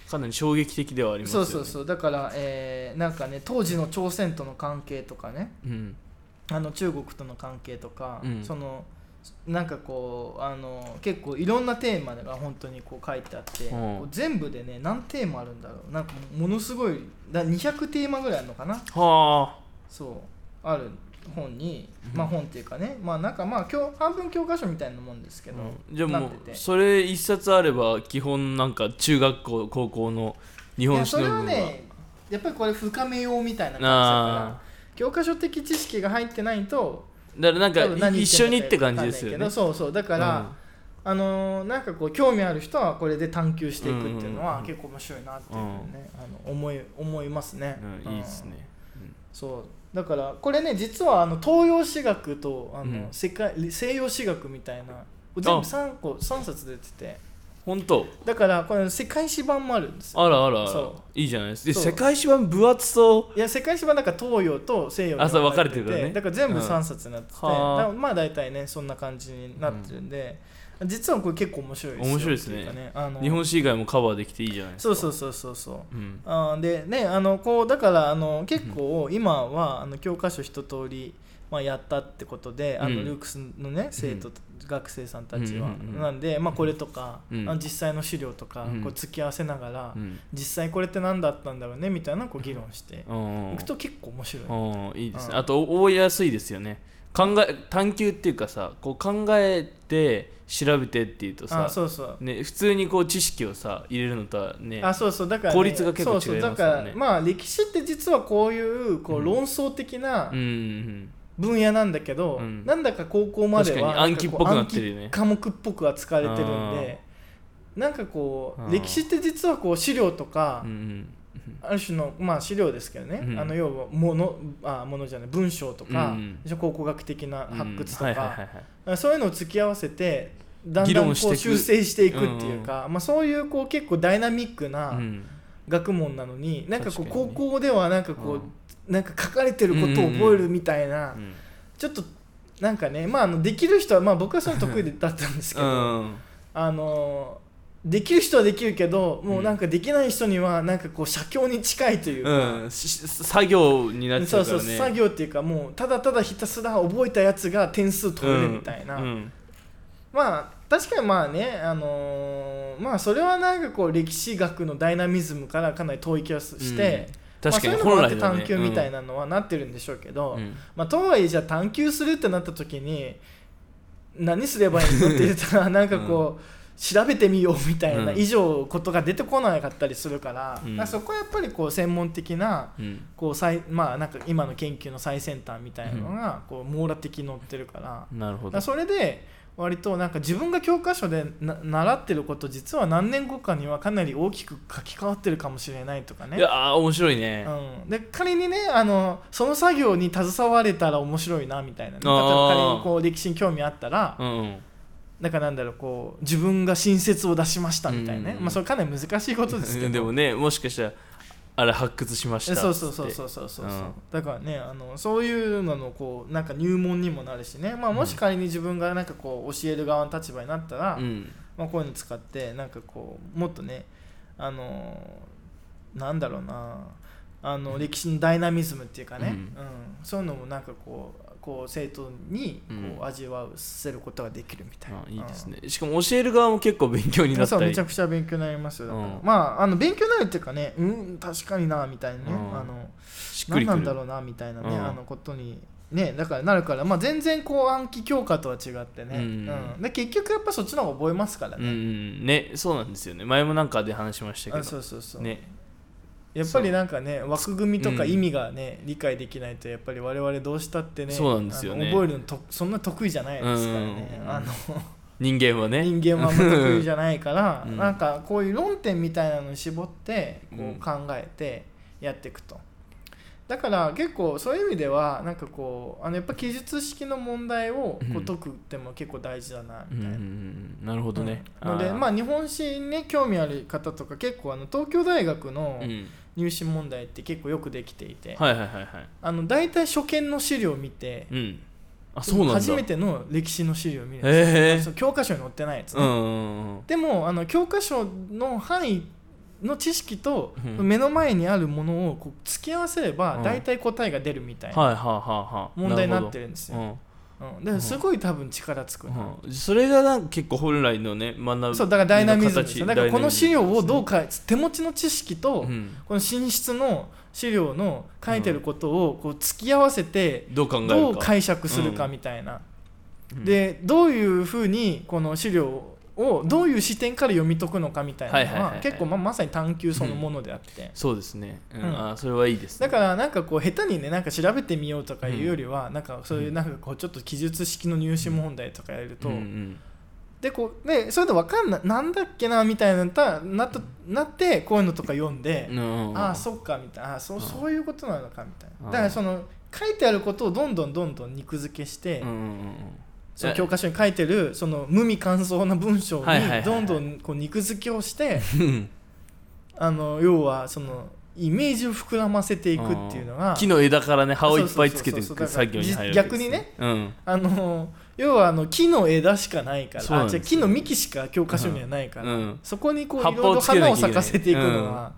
Speaker 2: かなり衝撃的ではあります
Speaker 3: そ
Speaker 2: よ
Speaker 3: う
Speaker 2: ね
Speaker 3: そうそうだから、えーなんかね当時の朝鮮との関係とかね
Speaker 2: うん
Speaker 3: あの中国との関係とか、
Speaker 2: うん
Speaker 3: そのなんかこうあの結構いろんなテーマが本当にこう書いてあって、
Speaker 2: ん
Speaker 3: こう全部でね何テーマあるんだろうなんかものすごいだ200テーマぐらいあるのかな
Speaker 2: はあ
Speaker 3: そうある本に、
Speaker 2: うん
Speaker 3: まあ本っていうかねまあなんかまあ教半分教科書みたいなもんですけど、
Speaker 2: じゃあも
Speaker 3: なって
Speaker 2: う
Speaker 3: て
Speaker 2: それ一冊あれば基本なんか中学校高校の日
Speaker 3: い
Speaker 2: 本
Speaker 3: や
Speaker 2: 史
Speaker 3: そ
Speaker 2: の
Speaker 3: れ
Speaker 2: 部
Speaker 3: は
Speaker 2: 分は
Speaker 3: ねやっぱりこれ深めようみたいな感じ
Speaker 2: あ
Speaker 3: だから教科書的知識が入ってないと
Speaker 2: ーだから
Speaker 3: 多分
Speaker 2: なんか
Speaker 3: 何言
Speaker 2: 一緒に
Speaker 3: ん
Speaker 2: っ
Speaker 3: だ
Speaker 2: て
Speaker 3: かわ
Speaker 2: 感じ
Speaker 3: かんない
Speaker 2: で
Speaker 3: け
Speaker 2: すよ
Speaker 3: ど
Speaker 2: ね
Speaker 3: そうそうだから、あのーなんかこう興味ある人はこれで探求していくっていうの
Speaker 2: うんうんうんう
Speaker 3: は
Speaker 2: ん
Speaker 3: 結構面白いなっていうふうにね、あの思い思いますね、
Speaker 2: うんいいですね
Speaker 3: そうだからこれね実はあの東洋史学とあの、
Speaker 2: うん
Speaker 3: 世界西洋史学みたいな全部3個三冊出てて
Speaker 2: 本当
Speaker 3: だからこれ世界史版もあるんですよ
Speaker 2: あらあらあら
Speaker 3: そ
Speaker 2: いいじゃないですか
Speaker 3: そう
Speaker 2: 世界史は分厚そう
Speaker 3: いや世界史はなんか東洋と西洋
Speaker 2: あ
Speaker 3: に
Speaker 2: そう
Speaker 3: 分
Speaker 2: 分か
Speaker 3: かれ
Speaker 2: れ
Speaker 3: て
Speaker 2: て
Speaker 3: て
Speaker 2: るからね
Speaker 3: だから全部
Speaker 2: うん
Speaker 3: 3冊になってて、
Speaker 2: はあ
Speaker 3: だからまあ大体ねそんな感じになってるんで、実はこれ結構面白いですよ
Speaker 2: 面白いですね
Speaker 3: ってうかあの
Speaker 2: 日本史以外もカバーできていいじゃないです
Speaker 3: そう
Speaker 2: か
Speaker 3: そううそうそうそう
Speaker 2: うん
Speaker 3: あーでねあのこうだからあの結構今はあの教科書一通りまあやったってことであの
Speaker 2: うん
Speaker 3: ルークスのね生徒学生さんたちは
Speaker 2: うんうんうん
Speaker 3: なんでまあこれとかあ
Speaker 2: うん
Speaker 3: の実際の資料とか
Speaker 2: うん
Speaker 3: こう突き合わせながら
Speaker 2: うん
Speaker 3: 実際これって何だったんだろうねみたいなこう議論して
Speaker 2: うん
Speaker 3: いくと結構面白い
Speaker 2: うんいいですね、
Speaker 3: うん
Speaker 2: あとお覚えやすいですよね考え探求っていうかさこう考えて調べてっていうとさ
Speaker 3: あそうそう
Speaker 2: ね、普通にこう知識をさ入れるのとはね
Speaker 3: あそうそうだから、ね、
Speaker 2: 効率が結構違いますよね
Speaker 3: そうそうだからまあ歴史って実はこういうこう論争的な
Speaker 2: うんうん
Speaker 3: 分野なんだけど、
Speaker 2: うん
Speaker 3: なんだか高校まで
Speaker 2: 確か
Speaker 3: は
Speaker 2: に暗記っぽくなってるよね
Speaker 3: なんかこう暗記科目っぽく扱われてるんでなんかこ
Speaker 2: あ
Speaker 3: う
Speaker 2: ー
Speaker 3: 歴史って実はこう資料とか、
Speaker 2: うんうん
Speaker 3: ある種の、まあ、資料ですけどね、
Speaker 2: うん
Speaker 3: あの要はものあものじゃない文章と
Speaker 2: う
Speaker 3: か、
Speaker 2: ん
Speaker 3: 考古学的な
Speaker 2: うん
Speaker 3: 発掘とか、
Speaker 2: はいはいはいはい
Speaker 3: そういうのを突き合わせてだん
Speaker 2: 議
Speaker 3: だ
Speaker 2: 論
Speaker 3: んこう
Speaker 2: していく
Speaker 3: 修正していくっていうか、まあ、そういうこう結構ダイナミックな、
Speaker 2: うん
Speaker 3: 学問なのになんかこう
Speaker 2: 確かに
Speaker 3: 高
Speaker 2: ね
Speaker 3: 校ではなんかこう、なんか書かれてることを
Speaker 2: うんうんうん
Speaker 3: 覚えるみたいな、
Speaker 2: うん
Speaker 3: ちょっとなんかねまああのできる人はまあ僕はそれ得意だったんですけど、
Speaker 2: うん
Speaker 3: あのできる人はできるけどもううんなんかできない人にはなんかこう写経に近いというか、
Speaker 2: うんしし作業になっち
Speaker 3: そ
Speaker 2: ゃう
Speaker 3: う
Speaker 2: か
Speaker 3: そ
Speaker 2: ら
Speaker 3: う
Speaker 2: ね
Speaker 3: 作業っていうかもうただただひたすら覚えたやつが点数取れるみたいな、
Speaker 2: うんうん
Speaker 3: まあ確かにまあねあのーまあそれはなんかこう歴史学のダイナミズムからかなり遠い気がすして。
Speaker 2: うん確かに
Speaker 3: まあ、そういう
Speaker 2: 本
Speaker 3: のもあっ
Speaker 2: 来
Speaker 3: て
Speaker 2: だね
Speaker 3: 探求みたいなのはなってるんでしょうけど、
Speaker 2: うんうん
Speaker 3: まあ、とはいえじゃあ探求するってなった時に何すればいいのって言ったらなんかこう、調べてみようみたいな
Speaker 2: うん
Speaker 3: 以上ことが出てこなかったりするから,、
Speaker 2: うん
Speaker 3: そこはやっぱりこう専門的な
Speaker 2: うん
Speaker 3: こう最、まあ、なんか今の研究の最先端みたいなのがこう網羅的に載ってるから,、
Speaker 2: なるほど
Speaker 3: それで割となんか自分が教科書でな習ってること実は何年後かにはかなり大きく書き換わってるかもしれないとかね。
Speaker 2: いやー面白いね
Speaker 3: うん、で仮にねあのその作業に携われたら面白いなみたいなね、例えば
Speaker 2: あー
Speaker 3: 仮にこう歴史に興味あったら、
Speaker 2: うんうん
Speaker 3: なんかなんだろうこう自分が新説を出しましたみたい
Speaker 2: う
Speaker 3: なね、
Speaker 2: んうんうん
Speaker 3: まあ、それかなり難しいことですけ ど
Speaker 2: でもねもしかしたらあれ発掘しました
Speaker 3: えそうそうそうそううそうそう、
Speaker 2: うん
Speaker 3: だからねあのそういうののこうなんか入門にもなるしね、まあ、もし仮に自分がなんかこう教える側の立場になったら、
Speaker 2: うん
Speaker 3: まあ、こういうの使ってなんかこうもっとねあのーなんだろうなあの歴史のダイナミズムっていうかね、
Speaker 2: う
Speaker 3: うんんそういうのもなんかこうこう生徒に
Speaker 2: うん
Speaker 3: こう味わわせることができるみたいな、
Speaker 2: あいいですねしかも教える側も結構勉強に
Speaker 3: うん
Speaker 2: なっ
Speaker 3: そう
Speaker 2: た
Speaker 3: め
Speaker 2: り
Speaker 3: ちゃくちゃ勉強になりますよだから、
Speaker 2: うん
Speaker 3: まああの勉強になるっていうかねうん確かになみたいなね、
Speaker 2: うん
Speaker 3: あの
Speaker 2: しっく
Speaker 3: 何
Speaker 2: り
Speaker 3: な
Speaker 2: く
Speaker 3: んだ
Speaker 2: る
Speaker 3: ろうなみたいなね、
Speaker 2: うん
Speaker 3: あのことにねだからなるから、まあ、全然こう暗記教科とは違ってね、
Speaker 2: うん
Speaker 3: うんで結局やっぱそっちの方が覚えますから
Speaker 2: うん
Speaker 3: ね、
Speaker 2: うんねそうなんですよね前もなんかで話しましたけ
Speaker 3: あ
Speaker 2: ど
Speaker 3: そうそうそう、
Speaker 2: ね
Speaker 3: やっぱりなんかね枠組みとか意味がね、理解できないとやっぱり我々どうしたってね
Speaker 2: そうなんですよね
Speaker 3: あの覚えるのとそんな得意じゃないですからね、
Speaker 2: うん
Speaker 3: あの
Speaker 2: 人間はね
Speaker 3: 人間はあんま得意じゃないから、
Speaker 2: うん
Speaker 3: なんかこういう論点みたいなのに絞って
Speaker 2: う
Speaker 3: こ
Speaker 2: ん
Speaker 3: う考えてやっていくと。だから結構そういう意味ではなんかこうあのやっぱ記述式の問題を
Speaker 2: う
Speaker 3: こうん解くっても結構大事だな
Speaker 2: うん
Speaker 3: み
Speaker 2: うん
Speaker 3: たいな。
Speaker 2: うんなるほどね
Speaker 3: うんのでま
Speaker 2: あ
Speaker 3: あ日本史にね興味ある方とか結構あの東京大学の
Speaker 2: ーうん
Speaker 3: 入試問題って結構よくできていて、
Speaker 2: はいはいはいはい
Speaker 3: あの大体初見の資料を見て、
Speaker 2: うんあそうなんだ
Speaker 3: 初めての歴史の資料を見るんですよ
Speaker 2: へえ
Speaker 3: その教科書に載ってないやつ、
Speaker 2: う
Speaker 3: ね
Speaker 2: んうんうん
Speaker 3: でもあの教科書の範囲の知識と
Speaker 2: うん
Speaker 3: 目の前にあるものをこう突き合わせれ
Speaker 2: う
Speaker 3: ば
Speaker 2: ん
Speaker 3: 大体答えが出るみたい
Speaker 2: はいはい
Speaker 3: な
Speaker 2: はいはい
Speaker 3: 問題になっ
Speaker 2: る
Speaker 3: てるんです
Speaker 2: ほど
Speaker 3: よ、うん
Speaker 2: うん
Speaker 3: ですごい多分力つくな、
Speaker 2: うんうんそれがなんか結構本来のね学ぶ
Speaker 3: そうだからダイナミズムです
Speaker 2: 形
Speaker 3: よだからこの資料をどう
Speaker 2: か
Speaker 3: か手持ちの知識と、この寝室の資料の書いてることをこう突き合わせて、
Speaker 2: どう考えるか
Speaker 3: どう解釈するかみたいな、
Speaker 2: うん
Speaker 3: でどういうふうにこの資料をどういう視点から読み解くのかみたいな
Speaker 2: はい
Speaker 3: の
Speaker 2: はいはい
Speaker 3: は
Speaker 2: はい
Speaker 3: 結構まあまさに探求そのものであって、
Speaker 2: そうですね、うん
Speaker 3: うん
Speaker 2: あーそれはいいですね
Speaker 3: だからなんかこう下手にねなんか調べてみようとかいうよりは、なんかそういうなんかこうちょっと記述式の入試問題とかやると、
Speaker 2: うんうん
Speaker 3: でこうでそれで分かんないなんだっけなみたいなたなったなってこういうのとか読んで、
Speaker 2: うん
Speaker 3: ああそっかみたいなあーそう
Speaker 2: うん
Speaker 3: そういうことなのかみたい
Speaker 2: うん
Speaker 3: なだからその書いてあることをどんどんどんどん肉付けして、
Speaker 2: うんうんうん
Speaker 3: その教科書に書いてるその無味乾燥な文章
Speaker 2: はいはいはいはい
Speaker 3: にどんどんこう肉付けをして
Speaker 2: うん
Speaker 3: あの要はそのイメージを膨らませていくっていうのが
Speaker 2: 木の枝からね葉をいっぱいつけてい
Speaker 3: そうそ
Speaker 2: く
Speaker 3: うそうそう
Speaker 2: 作業に入るわけですうん
Speaker 3: あの要はあの木の枝しかないか
Speaker 2: そう
Speaker 3: ら
Speaker 2: な
Speaker 3: あ
Speaker 2: ん
Speaker 3: じ
Speaker 2: ですよ
Speaker 3: ゃあ木の幹しか教科書にはないから、
Speaker 2: うん
Speaker 3: そこにこうい
Speaker 2: 葉
Speaker 3: ろ
Speaker 2: っ
Speaker 3: い
Speaker 2: ぱを
Speaker 3: ろ
Speaker 2: つけなき
Speaker 3: 花
Speaker 2: ゃい
Speaker 3: を
Speaker 2: けない
Speaker 3: 咲かせていくのが、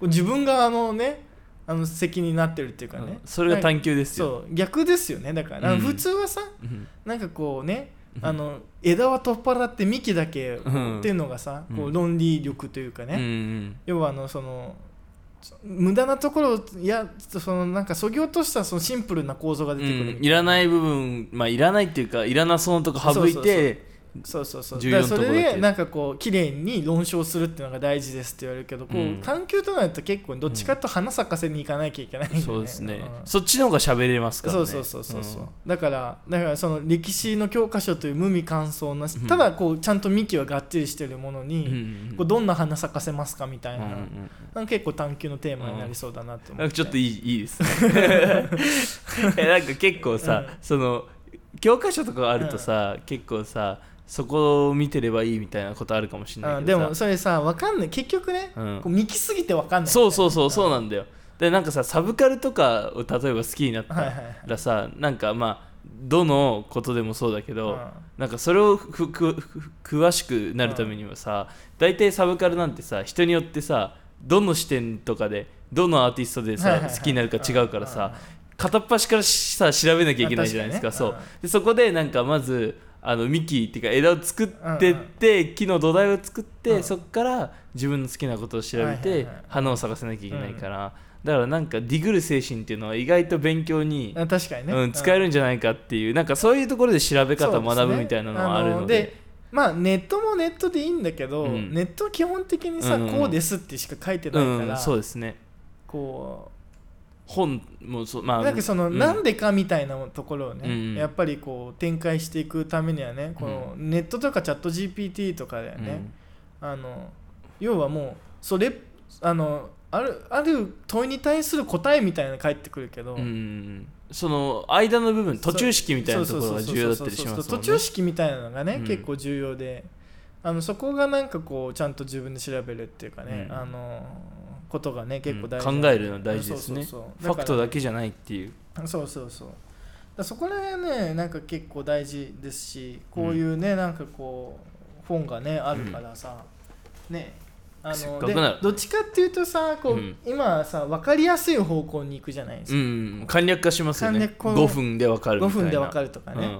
Speaker 3: こう自分があのねあの責任になってるっていうかね、
Speaker 2: うんそれが
Speaker 3: なんか
Speaker 2: 探求ですよ
Speaker 3: そう逆ですよねだから、
Speaker 2: うん
Speaker 3: 普通はさ
Speaker 2: うん
Speaker 3: なんかこうね
Speaker 2: うん
Speaker 3: あの枝は取っ払って幹だけ
Speaker 2: うん
Speaker 3: っていうのがさ、こ
Speaker 2: う
Speaker 3: うん論理力というかね、
Speaker 2: うんうん
Speaker 3: 要はあのそのそ無駄なところをいやそのなんかそぎ落としたそのシンプルな構造が出てくるみたいな、
Speaker 2: うんいらない部分まあいらないっていうかいらなそうなとこ省い
Speaker 3: そうそう
Speaker 2: て
Speaker 3: そうそうそう
Speaker 2: 重
Speaker 3: だ
Speaker 2: 要なとこ
Speaker 3: からそ
Speaker 2: ろだけ
Speaker 3: れでなんかこう綺麗に論証するっていうのが大事ですって言われるけどこう、
Speaker 2: うん
Speaker 3: 探究となると結構どっちかと花咲かせに行かなきゃいけないんだよね
Speaker 2: そうですね
Speaker 3: ん
Speaker 2: そっちの方が喋れますから
Speaker 3: そ
Speaker 2: ね
Speaker 3: うそうそうそうそう、
Speaker 2: ん
Speaker 3: だからだからその歴史の教科書という無味乾燥な、
Speaker 2: ん
Speaker 3: ただこうちゃんと幹はがっちりしてるものに、
Speaker 2: うんうんうん
Speaker 3: こうどんな花咲かせますかみた
Speaker 2: う
Speaker 3: い
Speaker 2: んう
Speaker 3: な,、
Speaker 2: んうん
Speaker 3: なんか結構探究のテーマになりそうだなと思って、
Speaker 2: なんかちょっといいいい ですねえなんか結構さ、
Speaker 3: うん
Speaker 2: その教科書とかあるとさ、結構さそこを見てればいいみたいなことあるかもしれな
Speaker 3: あ
Speaker 2: いけ
Speaker 3: で
Speaker 2: どさ
Speaker 3: もそれさわかんない結局ね、
Speaker 2: うん
Speaker 3: こう幹すぎてわかんない
Speaker 2: そうそうそううそうなんだよでなんかさサブカルとかを例えば好きになった
Speaker 3: はいはいはい
Speaker 2: らさ、なんかまあどのことでもそうだけど、
Speaker 3: うん
Speaker 2: なんかそれをふくふく詳しくなるためにはさ、大体サブカルなんてさ人によってさどの視点とかでどのアーティストでさ、
Speaker 3: はいはいはい
Speaker 2: 好きになるか違うからさ、片っ端からしさ調べなきゃいけないじゃないですか
Speaker 3: あ確
Speaker 2: そ
Speaker 3: かに
Speaker 2: う
Speaker 3: ね
Speaker 2: でそこでなんかまずあの幹っていうか枝を作ってって、木の土台を作って、
Speaker 3: うん
Speaker 2: そこから自分の好きなことを調べて、
Speaker 3: はいはいはい
Speaker 2: 花を咲かせなきゃいけないから、だからなんかディグル精神っていうのは意外と勉強に、
Speaker 3: あ確かにね、
Speaker 2: うん、使えるんじゃないかっていう、なんかそういうところで調べ方を学ぶみたいなのはあるの
Speaker 3: そう
Speaker 2: で。
Speaker 3: すねまあネットもネットでいいんだけど、
Speaker 2: うん
Speaker 3: ネットは基本的にさ、
Speaker 2: うんうん
Speaker 3: こうですってしか書いてな
Speaker 2: う
Speaker 3: いから、
Speaker 2: ん、そうですね
Speaker 3: こ
Speaker 2: 本もそうま
Speaker 3: う
Speaker 2: あ
Speaker 3: なんかその、
Speaker 2: うん
Speaker 3: なんでかみたいなところをね、
Speaker 2: うん
Speaker 3: やっぱりこう展開していくためにはねこのネットとかチャット GPT とかだよね、あの要はもうそれあのあるある問いに対する答えみたいなの返ってくるけど、
Speaker 2: うんうんその間の部分途中式みたいなところが重要だったりしますもんね
Speaker 3: そうそうそうそう途中式みたいなのがね、
Speaker 2: うん
Speaker 3: 結構重要であのそこがなんかこうちゃんと自分で調べるっていうかね、
Speaker 2: うん
Speaker 3: あのことがね結構大事、
Speaker 2: うん考えるのは大事ですね
Speaker 3: そうそう
Speaker 2: ファクトだ
Speaker 3: け
Speaker 2: けじゃないっていう
Speaker 3: そうそうそうだからそこら辺ねなんか結構大事ですしこういうね、なんかこう本がねあるからさ、ねあ
Speaker 2: すっ
Speaker 3: の
Speaker 2: ご
Speaker 3: で
Speaker 2: くなる
Speaker 3: どっちかっていうとさこう、
Speaker 2: うん
Speaker 3: 今さ分かりやすい方向に行くじゃないで
Speaker 2: う
Speaker 3: すか、
Speaker 2: ん簡略化しますよね
Speaker 3: 簡略化
Speaker 2: 5分でわかる
Speaker 3: 5
Speaker 2: みたいな
Speaker 3: 分で分かるとかね、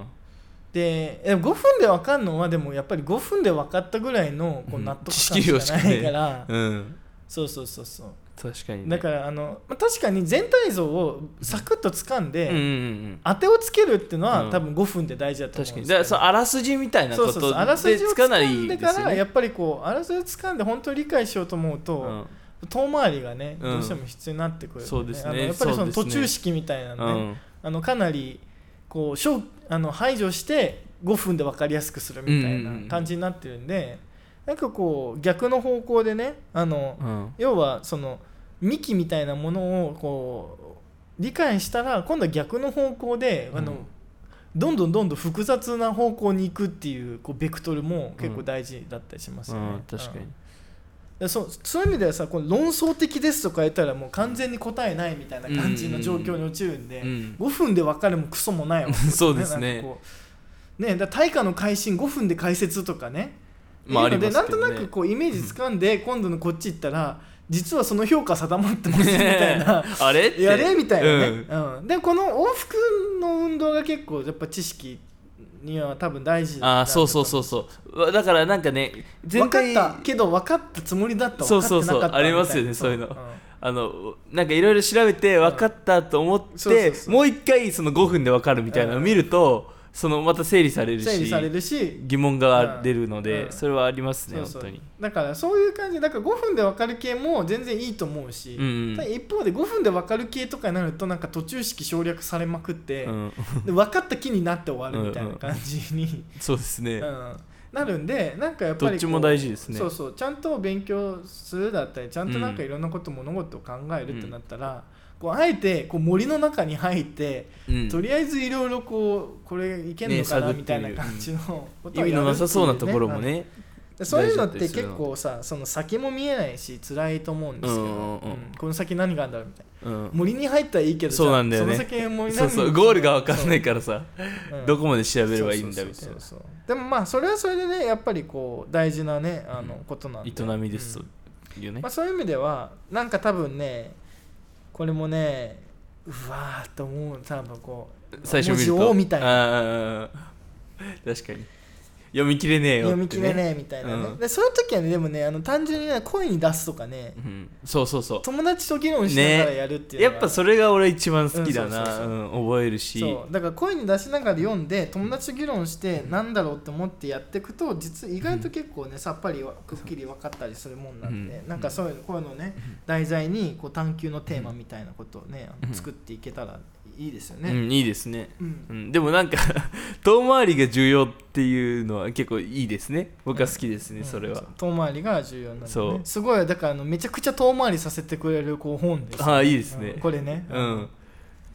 Speaker 3: ででも5分で分かるのはでもやっぱり5分で分かったぐらいのこう
Speaker 2: うん
Speaker 3: 納得感
Speaker 2: 知識量
Speaker 3: しかない
Speaker 2: し
Speaker 3: か
Speaker 2: かね
Speaker 3: ら、
Speaker 2: うん、うん、
Speaker 3: そうそうそうそう
Speaker 2: 確かに、ね、
Speaker 3: だからあの、まあ、確かに全体像をサクッと掴んで、
Speaker 2: うんうんうん
Speaker 3: 当てをつけるっていうのは、
Speaker 2: うん
Speaker 3: 多分5分で大事だと思
Speaker 2: 確
Speaker 3: う
Speaker 2: か
Speaker 3: んで
Speaker 2: にだから
Speaker 3: すけど
Speaker 2: そうあらすじみたいな
Speaker 3: そ
Speaker 2: こ
Speaker 3: うそうそう
Speaker 2: と
Speaker 3: あらす
Speaker 2: で
Speaker 3: じを
Speaker 2: つか
Speaker 3: 掴
Speaker 2: ない
Speaker 3: んで
Speaker 2: です
Speaker 3: か
Speaker 2: よ
Speaker 3: ら
Speaker 2: ね
Speaker 3: やっぱりこうあらすじを掴んで本当に理解しようと思うと、遠回りがね
Speaker 2: うん
Speaker 3: どうしても必要になってくるん
Speaker 2: そうですね
Speaker 3: あのやっぱりその
Speaker 2: そう
Speaker 3: 途
Speaker 2: ですね
Speaker 3: 中式みたいな
Speaker 2: う
Speaker 3: のね、
Speaker 2: ん
Speaker 3: あのかなりこうしょあの排除して5分で分かりやすくするみたい
Speaker 2: うんうんうん
Speaker 3: な感じになってるんで、なんかこう逆の方向でねあの、
Speaker 2: うん
Speaker 3: 要はその幹みたいなものをこう理解したら今度は逆の方向で、あ
Speaker 2: う
Speaker 3: の
Speaker 2: ん
Speaker 3: どんどんどんどん複雑な方向に行くっていうこうベクトルも結構大事だったりします
Speaker 2: う
Speaker 3: よね。
Speaker 2: ん確かに
Speaker 3: うんでそうそういう意味ではさこの論争的ですとか言ったらもう完全に答えないみたいな感じの状況に陥るんで、
Speaker 2: うん
Speaker 3: 5分で分かるもクソもないわけです
Speaker 2: そうですね
Speaker 3: なんかこうねだから大化の改新5分で解説とかね
Speaker 2: まああ
Speaker 3: い
Speaker 2: り
Speaker 3: うので
Speaker 2: ますけどね
Speaker 3: なんとなくこうイメージつかんで、今度のこっち行ったら実はその評価定まってますみた いな
Speaker 2: あれって
Speaker 3: やれみたいなね、
Speaker 2: うん
Speaker 3: うんでこの往復の運動が結構やっぱ知識には多分大事だな
Speaker 2: あーそうそうそうそうわだからなんかね
Speaker 3: 分
Speaker 2: 全
Speaker 3: かっ
Speaker 2: 体
Speaker 3: たけど分かったつもりだった
Speaker 2: そう
Speaker 3: 分かっ
Speaker 2: そう
Speaker 3: て
Speaker 2: そう
Speaker 3: なかった
Speaker 2: ありますよね
Speaker 3: みた
Speaker 2: そういうの
Speaker 3: ん
Speaker 2: あのなんかいろいろ調べて分かったと思っ
Speaker 3: そうそ
Speaker 2: て
Speaker 3: うそう
Speaker 2: もう一回その5分で分かるみたいなのを見るとそのまた整理される
Speaker 3: 整理され
Speaker 2: し
Speaker 3: るし
Speaker 2: 疑問が出るの
Speaker 3: う
Speaker 2: で
Speaker 3: ん
Speaker 2: それはありますね
Speaker 3: そう
Speaker 2: 本
Speaker 3: そう
Speaker 2: 当に
Speaker 3: だからそういう感じだから5分で分かる系も全然いいと思うし、
Speaker 2: うんうん
Speaker 3: ただ一方で5分で分かる系とかになるとなんか途中式省略されまくって、
Speaker 2: うん
Speaker 3: で分かった気になって終わるみたいな感じに、
Speaker 2: そうです
Speaker 3: う
Speaker 2: ね
Speaker 3: んなるんでなんかやっぱりこう
Speaker 2: どっちも大事ですね
Speaker 3: そうそうちゃんと勉強するだったりちゃんとなんかいろんなこと物事を考えるってなったら、こうあえてこう森の中に入って、
Speaker 2: うん
Speaker 3: とりあえずいろいろこうこれいけんのかな、
Speaker 2: ね
Speaker 3: みたいな感じの
Speaker 2: 意
Speaker 3: ことをやるって
Speaker 2: 味
Speaker 3: いうね
Speaker 2: のなさそうなところも
Speaker 3: うん
Speaker 2: ね
Speaker 3: でそういうのっ
Speaker 2: 大
Speaker 3: て
Speaker 2: 事だったりする
Speaker 3: 結
Speaker 2: の
Speaker 3: 構さその先も見えないし辛いと思うんですけど、
Speaker 2: うんうんうん
Speaker 3: うんこの先何があるんだろうみたいな
Speaker 2: うん
Speaker 3: 森に入ったらいいけど
Speaker 2: そうなんだよね
Speaker 3: じゃあその先森
Speaker 2: そう
Speaker 3: 何
Speaker 2: そうゴールが分かんない
Speaker 3: か
Speaker 2: からさ
Speaker 3: ら、
Speaker 2: どこまで調べればいいんだみた
Speaker 3: そ
Speaker 2: いうな
Speaker 3: そうそうそうでもまあそれはそれでねやっぱりこう大事なねあの
Speaker 2: うん
Speaker 3: ことなんで
Speaker 2: 営みです
Speaker 3: うん
Speaker 2: というね
Speaker 3: まあ、そういう意味ではなんか多分ねこれもねうわーっと思う多分こう
Speaker 2: 最初見ると
Speaker 3: 文字をみたいな
Speaker 2: あー確かに読み切れねえよって
Speaker 3: 読み切れねえみたいなね、
Speaker 2: うん
Speaker 3: でそういう時はねでもねあの単純にね声に出すとかね、
Speaker 2: うんそうそうそう
Speaker 3: 友達と議論しながらやるっていう
Speaker 2: や
Speaker 3: の
Speaker 2: っ
Speaker 3: が、
Speaker 2: ぱそれが俺一番好きだ
Speaker 3: うんそうそう
Speaker 2: な
Speaker 3: そう
Speaker 2: うん覚えるし
Speaker 3: そうだから声に出しながら読んで友達と議論してなんだろうって思ってやっていくと実意外と結構ねさっぱりわくっきり分かったりするもんなんで、
Speaker 2: うん
Speaker 3: なんかそういうこういうのをね題材にこう探求のテーマみたいなことをね、あの
Speaker 2: うん
Speaker 3: 作っていけたらいいですよ
Speaker 2: う
Speaker 3: ね。
Speaker 2: んいいですね
Speaker 3: うん
Speaker 2: うんでもなんか 遠回りが重要っていうのは結構いいですね僕は好きですねそれは
Speaker 3: うん遠回りが重要なんで、ね、
Speaker 2: そう
Speaker 3: すごいだからあのめちゃくちゃ遠回りさせてくれるこう本ですよ、
Speaker 2: ああいいですね
Speaker 3: うんこれね
Speaker 2: うん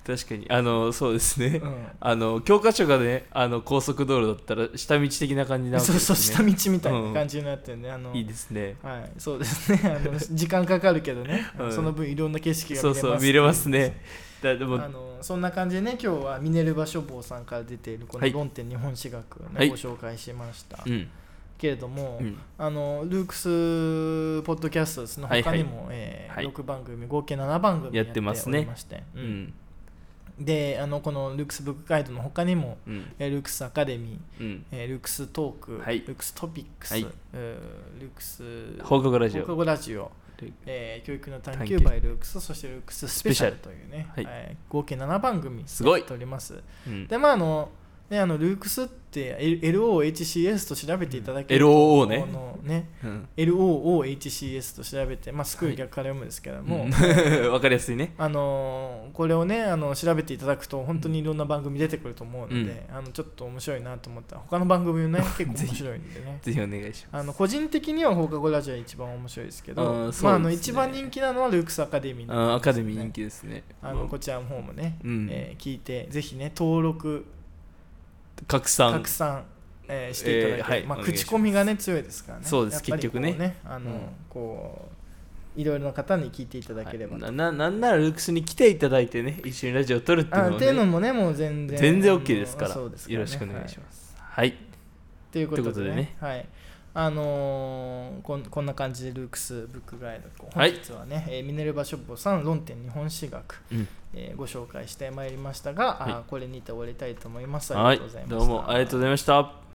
Speaker 2: 確かにあのそうですね
Speaker 3: うん
Speaker 2: あの教科書がねあの高速道路だったら下道的な感 じなわけ
Speaker 3: そ
Speaker 2: で
Speaker 3: う
Speaker 2: す
Speaker 3: そう
Speaker 2: ね
Speaker 3: 下道みたいな感じになってるね、あの
Speaker 2: いいですね
Speaker 3: はい、そうですね。あ の時間かかるけどね、あの
Speaker 2: うん
Speaker 3: その分いろんな景色が見れ
Speaker 2: そ
Speaker 3: ま
Speaker 2: う
Speaker 3: す。
Speaker 2: そう見れますねだでも
Speaker 3: あのそんな感じでね、今日はミネルヴァ書房さんから出ているこの
Speaker 2: はい
Speaker 3: 論点日本史学をね、
Speaker 2: はい
Speaker 3: ご紹介しました。
Speaker 2: うん
Speaker 3: けれども、
Speaker 2: うん
Speaker 3: あのルークスポッドキャストですね。
Speaker 2: はい
Speaker 3: 他
Speaker 2: はい
Speaker 3: にも、えー
Speaker 2: はい
Speaker 3: 6番組合計7番組
Speaker 2: やってますね
Speaker 3: やっておりまして、
Speaker 2: う
Speaker 3: うん
Speaker 2: ん
Speaker 3: であのこのルークスブックガイドの他にも、
Speaker 2: うん
Speaker 3: えールークスアカデミ
Speaker 2: う
Speaker 3: ー、
Speaker 2: ん
Speaker 3: えールークストーク、
Speaker 2: はい
Speaker 3: ルークストピックス、
Speaker 2: はいう
Speaker 3: ールークス
Speaker 2: 放課後ラジ
Speaker 3: 放課
Speaker 2: オ
Speaker 3: 後ラジオ
Speaker 2: で
Speaker 3: えー教育の探
Speaker 2: 探
Speaker 3: 求
Speaker 2: 求
Speaker 3: バイルークスそしてルークススペシャル
Speaker 2: スペ
Speaker 3: というね、
Speaker 2: はい
Speaker 3: えー合計7番組
Speaker 2: すごい
Speaker 3: やっております
Speaker 2: うん
Speaker 3: でまああのねあのルークスって L- LOHCS と調べていただけると
Speaker 2: LOO ね
Speaker 3: あのね
Speaker 2: うん
Speaker 3: LOOHCS と調べてまあスクール逆から読むんですけども、
Speaker 2: うん わかりやすいね
Speaker 3: あのーこれをねあの調べていただくと本当にいろんな番組出てくると思うので、あのちょっと面白いなと思ったら他の番 組もね結構面白いんでね
Speaker 2: ぜひお願いしま
Speaker 3: あの個人的には放課後ラジオが一番面白いですけど、
Speaker 2: うんそうですね
Speaker 3: まあ、あの一番人気なのはルークスアカデミー
Speaker 2: す
Speaker 3: の
Speaker 2: あアカデミー人気ですね
Speaker 3: あのこちらの方もね、
Speaker 2: うん
Speaker 3: えー聞いてぜひね登録
Speaker 2: 拡散
Speaker 3: 拡散、えーしていただいて、
Speaker 2: えーはい
Speaker 3: まあ、
Speaker 2: お願いしま
Speaker 3: 口
Speaker 2: す
Speaker 3: コミがね強いですからね
Speaker 2: そうです
Speaker 3: やっぱり
Speaker 2: 結局
Speaker 3: こう
Speaker 2: ね
Speaker 3: あの、
Speaker 2: うん
Speaker 3: こういろいろな方に聞いていただければと、
Speaker 2: はいなななんならルークスに来ていただいてね一緒にラジオを撮るっていう
Speaker 3: あ
Speaker 2: の
Speaker 3: っ
Speaker 2: も
Speaker 3: ていうの
Speaker 2: ね
Speaker 3: もねもう全然
Speaker 2: 全然 OK ですから
Speaker 3: あのそうですから
Speaker 2: よろしくお願いしますはい
Speaker 3: ということでね
Speaker 2: ということでね
Speaker 3: はい、あのーこんこんな感じでルークスブックガイドこう
Speaker 2: は
Speaker 3: 本
Speaker 2: い
Speaker 3: 日はね、えーミネルヴァ書房さん論点日本史学、
Speaker 2: うん
Speaker 3: えーご紹介してまいりましたが、あー
Speaker 2: は
Speaker 3: これにて終わりたいと思います。あ
Speaker 2: はい
Speaker 3: りがとうございました。
Speaker 2: どうもありがとうございました